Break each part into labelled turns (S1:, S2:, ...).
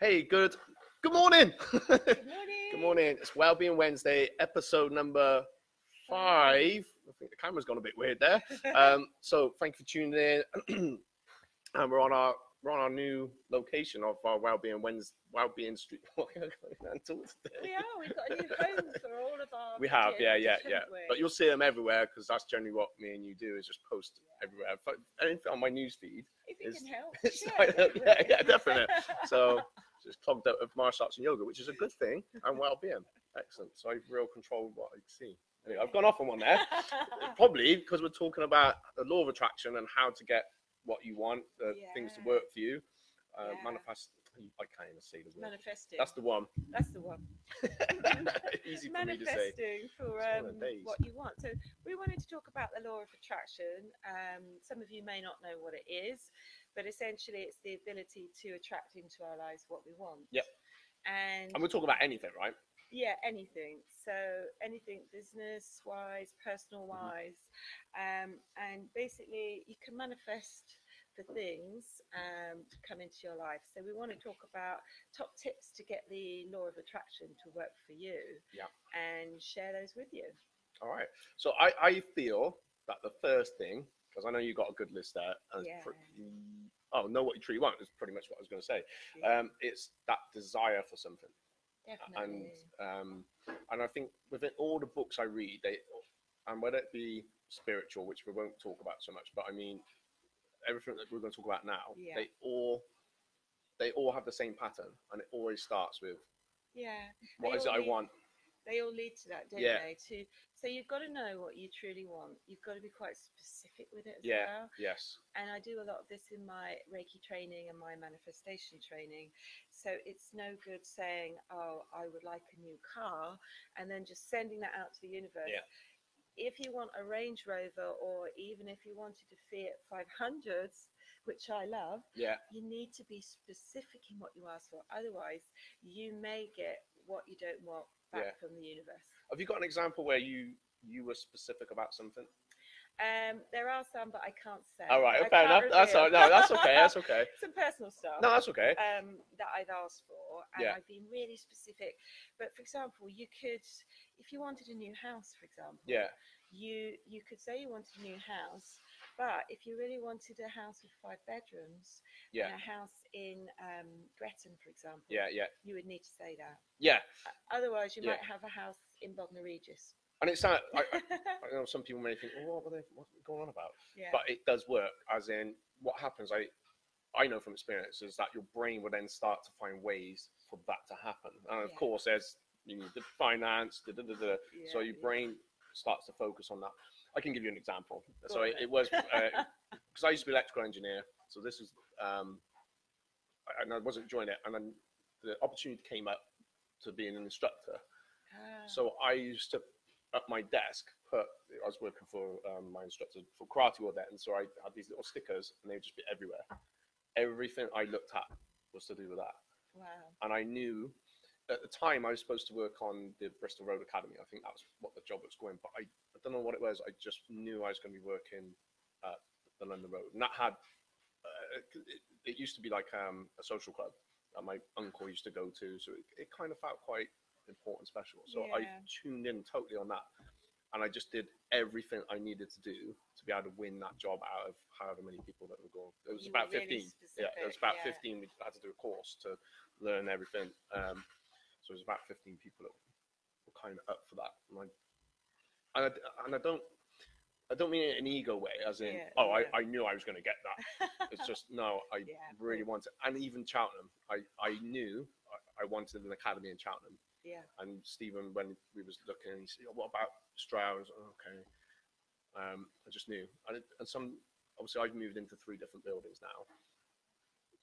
S1: Hey, good. Good morning. good
S2: Morning.
S1: morning. It's Wellbeing Wednesday, episode number five. I think the camera's gone a bit weird there. Um, so thank you for tuning in. and we're on our we're on our new location of our Wellbeing Wednesday, Wellbeing Street. Why am I going to talk
S2: We
S1: today?
S2: are. We've got a new home for all of our.
S1: We have, yeah, yeah,
S2: videos,
S1: yeah.
S2: haven't we?
S1: But you'll see them everywhere because that's generally what me and you do is just post everywhere. In fact, Anything on my newsfeed.
S2: if you
S1: it's-
S2: can help.
S1: it's
S2: share
S1: like that, yeah,
S2: it,
S1: yeah,
S2: wouldn't it?
S1: definitely. So just clogged up with martial arts and yoga, which is a good thing and well-being. Excellent. So I have real control of what I see. Anyway, I've gone off on one there. Probably because we're talking about the law of attraction and how to get what you want, the things to
S2: Yeah.
S1: work for you. Uh,
S2: Yeah.
S1: Manifest. I can't even say the word.
S2: Manifesting.
S1: That's the one.
S2: That's the one.
S1: Easy for me to say.
S2: Manifesting for
S1: It's one of
S2: um,
S1: the days.
S2: what you want. So we wanted to talk about the law of attraction. Um, some of you may not know what it is, but essentially it's the ability to attract into our lives what we want.
S1: Yep.
S2: And
S1: And we're talking about anything, right?
S2: Yeah, anything. So anything business wise, personal
S1: Mm-hmm.
S2: wise. Um, and basically, you can manifest the things um, to come into your life. So we want to talk about top tips to get the law of attraction to work for you.
S1: Yeah.
S2: And share those with you.
S1: All right. So I, I feel that the first thing, because I know you got a good list there. And it's
S2: Yeah.
S1: pretty, oh, know what you truly want is pretty much what I was going to say.
S2: Yeah,
S1: Um, it's that desire for something,
S2: Definitely.
S1: and um, and I think within all the books I read, they and whether it be spiritual, which we won't talk about so much, but I mean everything that we're going to talk about now,
S2: Yeah.
S1: they all they all have the same pattern, and it always starts with
S2: yeah.
S1: what
S2: They
S1: is it
S2: all
S1: I
S2: lead-
S1: want?
S2: They all lead to that, don't
S1: Yeah.
S2: they? To so you've got to know what you truly want. You've got to be quite specific with it as
S1: Yeah.
S2: well.
S1: Yes,
S2: and I do a lot of this in my Reiki training and my manifestation training. So it's no good saying, "Oh, I would like a new car," and then just sending that out to the universe.
S1: Yeah.
S2: If you want a Range Rover, or even if you wanted a Fiat 500s, which I love,
S1: yeah,
S2: you need to be specific in what you ask for. Otherwise, you may get what you don't want back
S1: Yeah.
S2: from the universe.
S1: Have you got an example where you you were specific about something?
S2: Um, there are some, but I can't say.
S1: All right,
S2: I
S1: fair
S2: can't
S1: enough. That's all,
S2: reveal.
S1: no, that's okay. That's okay.
S2: Some personal stuff.
S1: No, that's okay.
S2: um, that I've asked for, and
S1: Yeah.
S2: I've been really specific. But for example, you could, if you wanted a new house, for example,
S1: Yeah,
S2: you you could say you wanted a new house, but if you really wanted a house with five bedrooms,
S1: yeah,
S2: and a house in um, Gretton, for example,
S1: yeah, yeah,
S2: you would need to say that.
S1: yeah.
S2: Otherwise, you
S1: Yeah.
S2: might have a house in Bognor Regis.
S1: And it's not. I, I know some people may think, "Oh, what were they? What's going on about?"
S2: yeah.
S1: But it does work. As in, what happens? I I know from experience is that your brain will then start to find ways for that to happen. And of
S2: Yeah.
S1: course, there's you need the finance. Da, da, da, da. so
S2: yeah,
S1: your
S2: yeah.
S1: brain starts to focus on that. I can give you an example.
S2: Go
S1: so
S2: on
S1: it,
S2: then.
S1: it was because I used to be an electrical engineer. So this is um, I- and I wasn't enjoying it. And then the opportunity came up to be an instructor.
S2: Ah,
S1: So I used to, at my desk, put, I was working for um, my instructor for karate all that, and so I had these little stickers, and they would just be everywhere. Everything I looked at was to do with that.
S2: wow.
S1: And I knew at the time I was supposed to work on the Bristol Road Academy. I think that was what the job was going, but I, I don't know what it was. I just knew I was going to be working at the London Road. And that had, uh, it, it used to be like um, a social club that my uncle used to go to. So it, it kind of felt quite important, special. So I
S2: Yeah.
S1: tuned in totally on that. And I just did everything I needed to do to be able to win that job out of however many people that were going. It was
S2: You were
S1: about
S2: really
S1: 15. yeah, it was
S2: specific,
S1: about 15. We
S2: yeah.
S1: had to do a course to learn everything. Um, so it was about 15 people that were kind of up for that. And I, and I, and I don't, I don't mean it in an ego way, as in,
S2: Yeah,
S1: oh,
S2: yeah.
S1: I, I knew I was going to get that. It's just, no, I
S2: Yeah, of
S1: really
S2: course.
S1: wanted, and even Cheltenham, I, I knew I, I wanted an academy in Cheltenham.
S2: yeah.
S1: And Stephen, when we was looking, he said, "Oh, what about Stroud? I was like, okay. Um, I just knew. And, it- and some, obviously, I've moved into three different buildings now.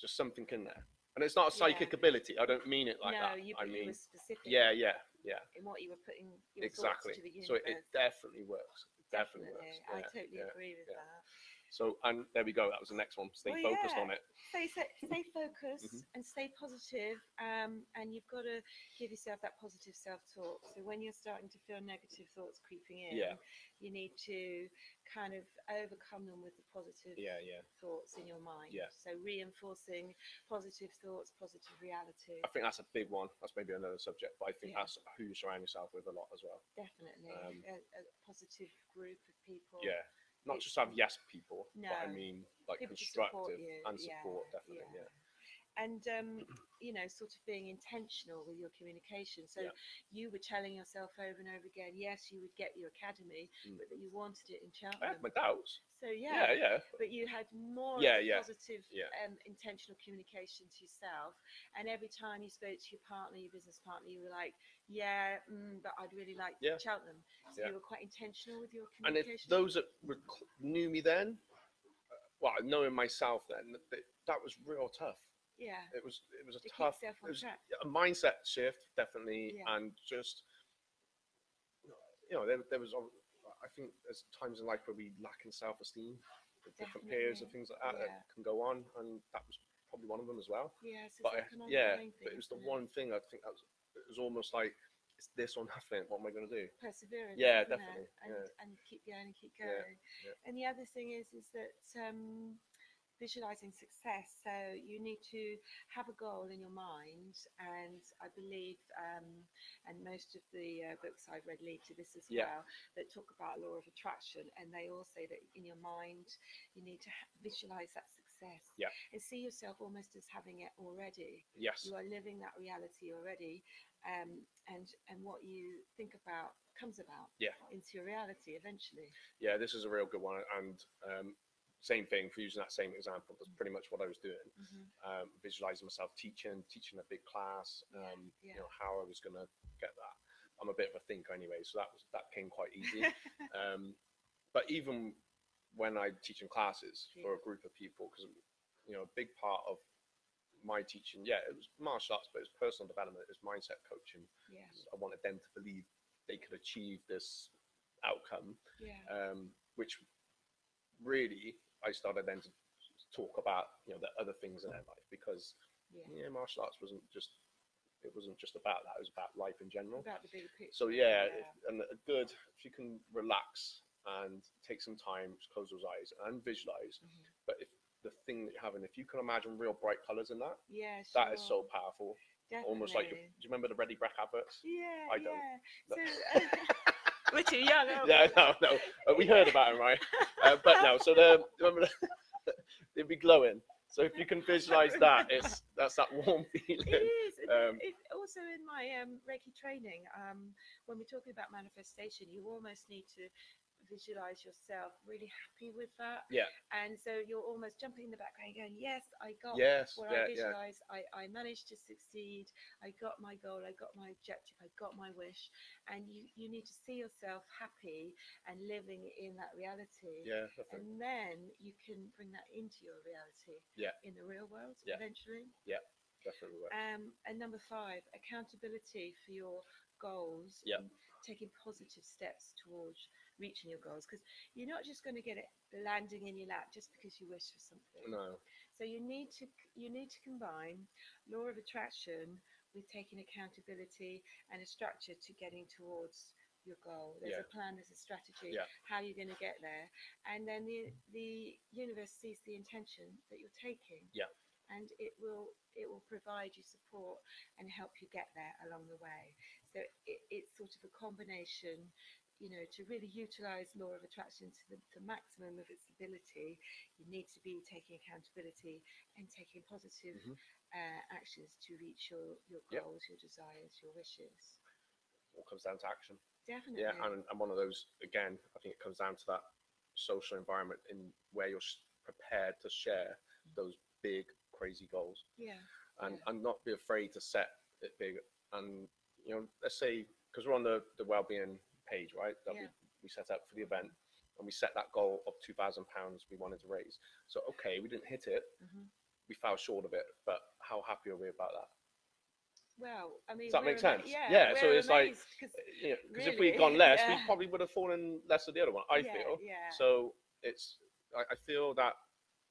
S1: Just something in there. And it's not a
S2: Yeah.
S1: psychic ability. I don't mean it like
S2: no,
S1: that.
S2: you,
S1: I
S2: but you
S1: mean,
S2: were specific
S1: yeah, yeah, yeah
S2: in what you were putting your thoughts
S1: exactly.
S2: to the universe.
S1: So it, it definitely works. It definitely,
S2: Definitely.
S1: works.
S2: I
S1: yeah,
S2: totally
S1: yeah.
S2: agree with
S1: yeah.
S2: that.
S1: So, and there we go. That was the next one. Stay
S2: Well,
S1: focused
S2: Oh,
S1: on
S2: yeah.
S1: it.
S2: stay se- stay focused
S1: Mhm.
S2: and stay positive um, and you've got to give yourself that positive self-talk so when you're starting to feel negative thoughts creeping in
S1: Yeah.
S2: you need to kind of overcome them with the positive
S1: Yeah, yeah.
S2: thoughts in your mind
S1: Yeah.
S2: so reinforcing positive thoughts positive reality
S1: I think that's a big one. That's maybe another subject, but I think
S2: Yeah.
S1: that's who you surround yourself with a lot as well.
S2: definitely
S1: um,
S2: a, a positive group of people
S1: Yeah. Not
S2: It's-
S1: just have yes people, but I
S2: No.
S1: mean like
S2: People to support
S1: constructive
S2: you,
S1: and
S2: yeah,
S1: support, definitely.
S2: yeah.
S1: Yeah.
S2: and um, you know sort of being intentional with your communication so
S1: Yeah.
S2: you were telling yourself over and over again yes you would get your academy
S1: Mm.
S2: but that you wanted it in
S1: I had
S2: Cheltenham
S1: my doubts.
S2: so
S1: Yeah,
S2: yeah,
S1: yeah.
S2: but you had more of
S1: Yeah,
S2: the
S1: yeah,
S2: positive
S1: yeah.
S2: Um, intentional communication to yourself and every time you spoke to your partner your business partner you were like yeah mm, but I'd really like
S1: Yeah.
S2: Cheltenham so
S1: Yeah.
S2: you were quite intentional with your
S1: And if
S2: communication
S1: those that were, knew me then, uh, well, knowing myself then, that, that- that was real tough.
S2: yeah
S1: It was it was a
S2: to keep
S1: tough
S2: yourself on
S1: it was-
S2: track
S1: a mindset shift definitely
S2: Yeah.
S1: and just you know there, there was i think there's times in life where we lack in self-esteem with different periods and things
S2: Definitely,
S1: like that
S2: yeah.
S1: that can go on and that was probably one of them as well
S2: yeah so it's
S1: but I,
S2: like an
S1: yeah
S2: ongoing
S1: but
S2: thing,
S1: it was the
S2: isn't
S1: one thing i think that was it was almost like it's this or nothing what am i going to do
S2: perseverance.
S1: Yeah,
S2: isn't it?
S1: definitely,
S2: And,
S1: yeah.
S2: and keep going and keep
S1: Yeah,
S2: going.
S1: yeah.
S2: And the other thing is, is that um, visualizing success. So you need to have a goal in your mind, and I believe, um, and most of the uh, books I've read lead to this as
S1: Yeah.
S2: well, that talk about law of attraction, and they all say that in your mind you need to ha- visualize that success
S1: Yeah.
S2: and see yourself almost as having it already
S1: yes
S2: you are living that reality already um, and and what you think about comes about
S1: Yeah.
S2: into your reality eventually
S1: yeah this is a real good one and um same thing for using that same example that's pretty much what i was doing um, visualizing myself teaching, teaching a big class, um,
S2: yeah.
S1: you know how I was going to get that. I'm a bit of a thinker anyway, so that was that came quite easy. um, but even when I'm teaching classes
S2: Yeah.
S1: for a group of people, because you know a big part of my teaching, yeah, it was martial arts, but it was personal development, it was mindset coaching.
S2: yeah
S1: 'cause I wanted them to believe they could achieve this outcome
S2: yeah
S1: um, which really I started then to talk about you know the other things in their life because
S2: yeah
S1: yeah, martial arts wasn't just it wasn't just about that; it was about life in general.
S2: about the bigger picture
S1: So yeah,
S2: yeah.
S1: If, and a good if you can relax and take some time, just close those eyes and visualize.
S2: Mhm.
S1: But if the thing that you're having, if you can imagine real bright colors in that,
S2: yeah
S1: that is so
S2: sure,
S1: powerful. Almost like your, do
S2: definitely.
S1: you remember the Ready Breck adverts?
S2: yeah uh,
S1: I don't. No.
S2: yeah so we're too young aren't
S1: yeah,
S2: we?
S1: no, no. Uh, we heard about him, right? Uh, but no, so the remember the- they'd be glowing. So if you can visualize that, it's that's that warm
S2: It
S1: feeling.
S2: is. and
S1: Um,
S2: it, it- also, in my um, Reiki training, um, when we're talking about manifestation, you almost need to visualize yourself really happy with that.
S1: Yeah.
S2: And so you're almost jumping in the background, going, "Yes, I got
S1: Yes,
S2: what
S1: yeah,
S2: I
S1: yeah,
S2: visualized. I, I managed to succeed. I got my goal. I got my objective. I got my wish." And you you need to see yourself happy and living in that reality.
S1: yeah, definitely.
S2: And then you can bring that into your reality.
S1: Yeah.
S2: In the real world,
S1: Yeah.
S2: eventually.
S1: definitely right.
S2: Um, and number five, accountability for your goals.
S1: Yep.
S2: and Taking positive steps towards reaching your goals because you're not just going to get it landing in your lap just because you wish for something.
S1: No,
S2: So you need to you need to combine law of attraction with taking accountability and a structure to getting towards your goal. There's
S1: Yeah.
S2: a plan, there's a strategy,
S1: Yeah.
S2: how you're going to get there, and then the the universe sees the intention that you're taking.
S1: Yeah.
S2: And it will it will provide you support and help you get there along the way. So it, it's sort of a combination, you know, to really utilize law of attraction to the, the maximum of its ability you need to be taking accountability and taking positive
S1: Mhm.
S2: uh, actions to reach your, your
S1: Yep.
S2: goals, your desires, your wishes.
S1: all comes down to action.
S2: Definitely.
S1: Yeah, and and one of those again. I think it comes down to that social environment in where you're s- prepared to share those big crazy goals.
S2: yeah.
S1: and
S2: Yeah.
S1: and not be afraid to set it big and you know let's say because we're on the the well-being page right that we,
S2: Yeah.
S1: we set up for the event and we set that goal of 2000 pounds we wanted to raise so okay we didn't hit it
S2: Mhm.
S1: we fell short of it but how happy are we about that
S2: Well, I mean,
S1: that
S2: we're
S1: make
S2: ama-
S1: sense?
S2: Yeah.
S1: Yeah, so
S2: we're
S1: it's like-
S2: amazed 'cause-
S1: because you know, 'cause if we'd gone
S2: Really?
S1: less we
S2: Yeah.
S1: probably would have fallen less of the other one i
S2: yeah,
S1: feel
S2: Yeah.
S1: so it's I, I feel that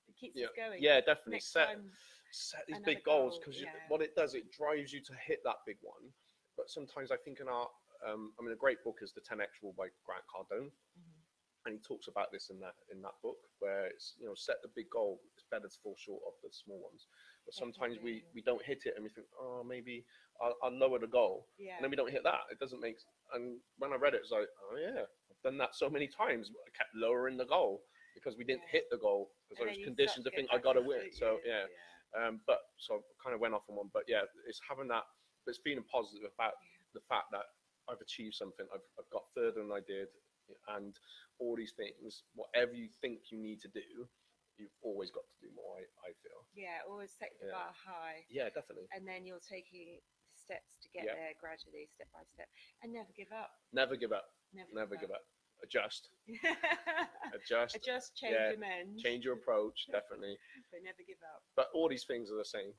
S2: It keeps
S1: yeah,
S2: us going.
S1: yeah, definitely
S2: Next
S1: set
S2: time,
S1: set these
S2: another
S1: big goals
S2: goal,
S1: because
S2: yeah.
S1: what it does, it drives you to hit that big one. But sometimes I think in our, um, I mean, a great book is The 10X Rule by Grant Cardone,
S2: Mhm.
S1: and he talks about this in that in that book where it's you know set the big goal. It's better to fall short of the small ones. But sometimes we
S2: Definitely.
S1: we don't hit it and we think, oh, maybe I'll, I'll lower the goal,
S2: yeah,
S1: and then we don't hit that. It doesn't make. And when I read it, it's like, oh yeah, I've done that so many times. I kept lowering the goal because we didn't
S2: Yeah.
S1: hit the goal because I
S2: And then
S1: was
S2: you
S1: conditioned to
S2: start
S1: think
S2: get
S1: I
S2: back
S1: gotta
S2: into
S1: win.
S2: it,
S1: So yeah.
S2: yeah.
S1: Um, but so I kind of went off on one, but yeah, it's having that, but it's being positive about the fact that I've achieved something, I've, I've got further than I did, and all these things, whatever you think you need to do, you've always got to do more. I, I feel.
S2: Yeah, always set the
S1: Yeah.
S2: bar high,
S1: Yeah, definitely.
S2: and then you're taking steps to get
S1: Yeah.
S2: there gradually, step by step, and never give up.
S1: Never give up.
S2: Never,
S1: Never give up. Adjust.
S2: up.
S1: Adjust.
S2: Adjust, change,
S1: Yeah,
S2: amend,
S1: Change your approach. Definitely.
S2: but never give up.
S1: But all these things are the same.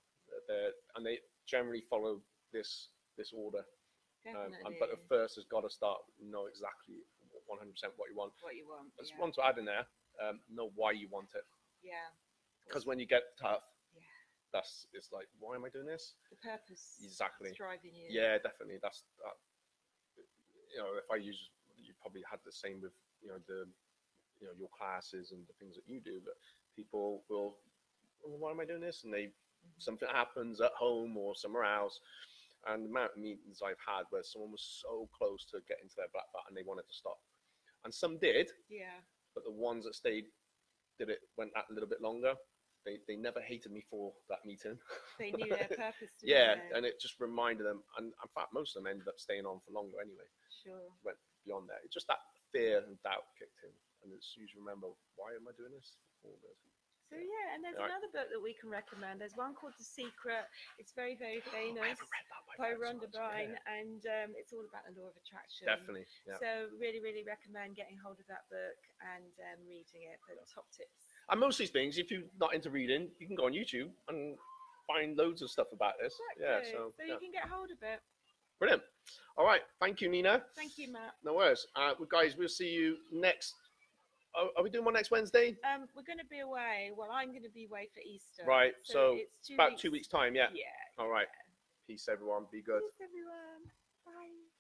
S1: They're, and they generally follow this this order. Um,
S2: Definitely.
S1: and- but the first has got to start know exactly 100% what you want.
S2: what you want.
S1: There's
S2: yeah.
S1: one to add in there. Um, know why you want it,
S2: yeah,
S1: because when you get tough,
S2: Yeah.
S1: that's it's like, why am I doing this?
S2: the purpose
S1: Exactly.
S2: is driving you.
S1: Yeah, definitely. That's that, you know, if I use, you probably had the same with you know the, you know your classes and the things that you do. That people will, well, why am I doing this? And they
S2: Mhm.
S1: something happens at home or somewhere else. And the amount of meetings I've had where someone was so close to getting to their black belt and they wanted to stop, and some did,
S2: yeah,
S1: but the ones that stayed did it went that little bit longer they, they never hated me for that meeting
S2: they knew their purpose. didn't
S1: yeah
S2: they?
S1: and it just reminded them and in fact most of them ended up staying on for longer anyway
S2: sure.
S1: went beyond that it's just that fear and doubt kicked in and it's you just remember why am i doing this All good.
S2: So yeah, and there's
S1: Right.
S2: another book that we can recommend. There's one called The Secret. It's very, very famous
S1: Oh, I haven't read that
S2: by
S1: Frances
S2: Rhonda
S1: Rhodes,
S2: Byrne,
S1: yeah.
S2: and um, it's all about the law of attraction.
S1: definitely yeah
S2: So really, really recommend getting hold of that book and um, reading it. The top tips.
S1: and most of these things if you're not into reading you can go on youtube and find loads of stuff about this yeah
S2: Exactly.
S1: so yeah.
S2: you can get hold of it.
S1: brilliant all right thank you nina
S2: Thank you, Matt.
S1: No worries. Uh, well, guys, we'll see you next. Are, are we doing one next Wednesday?
S2: Um, we're going to be away. Well, I'm going to be away for Easter.
S1: Right, so
S2: it's two
S1: About two weeks' time, yeah.
S2: Yeah.
S1: All right. Peace, everyone. Be good.
S2: Thanks, everyone. Bye.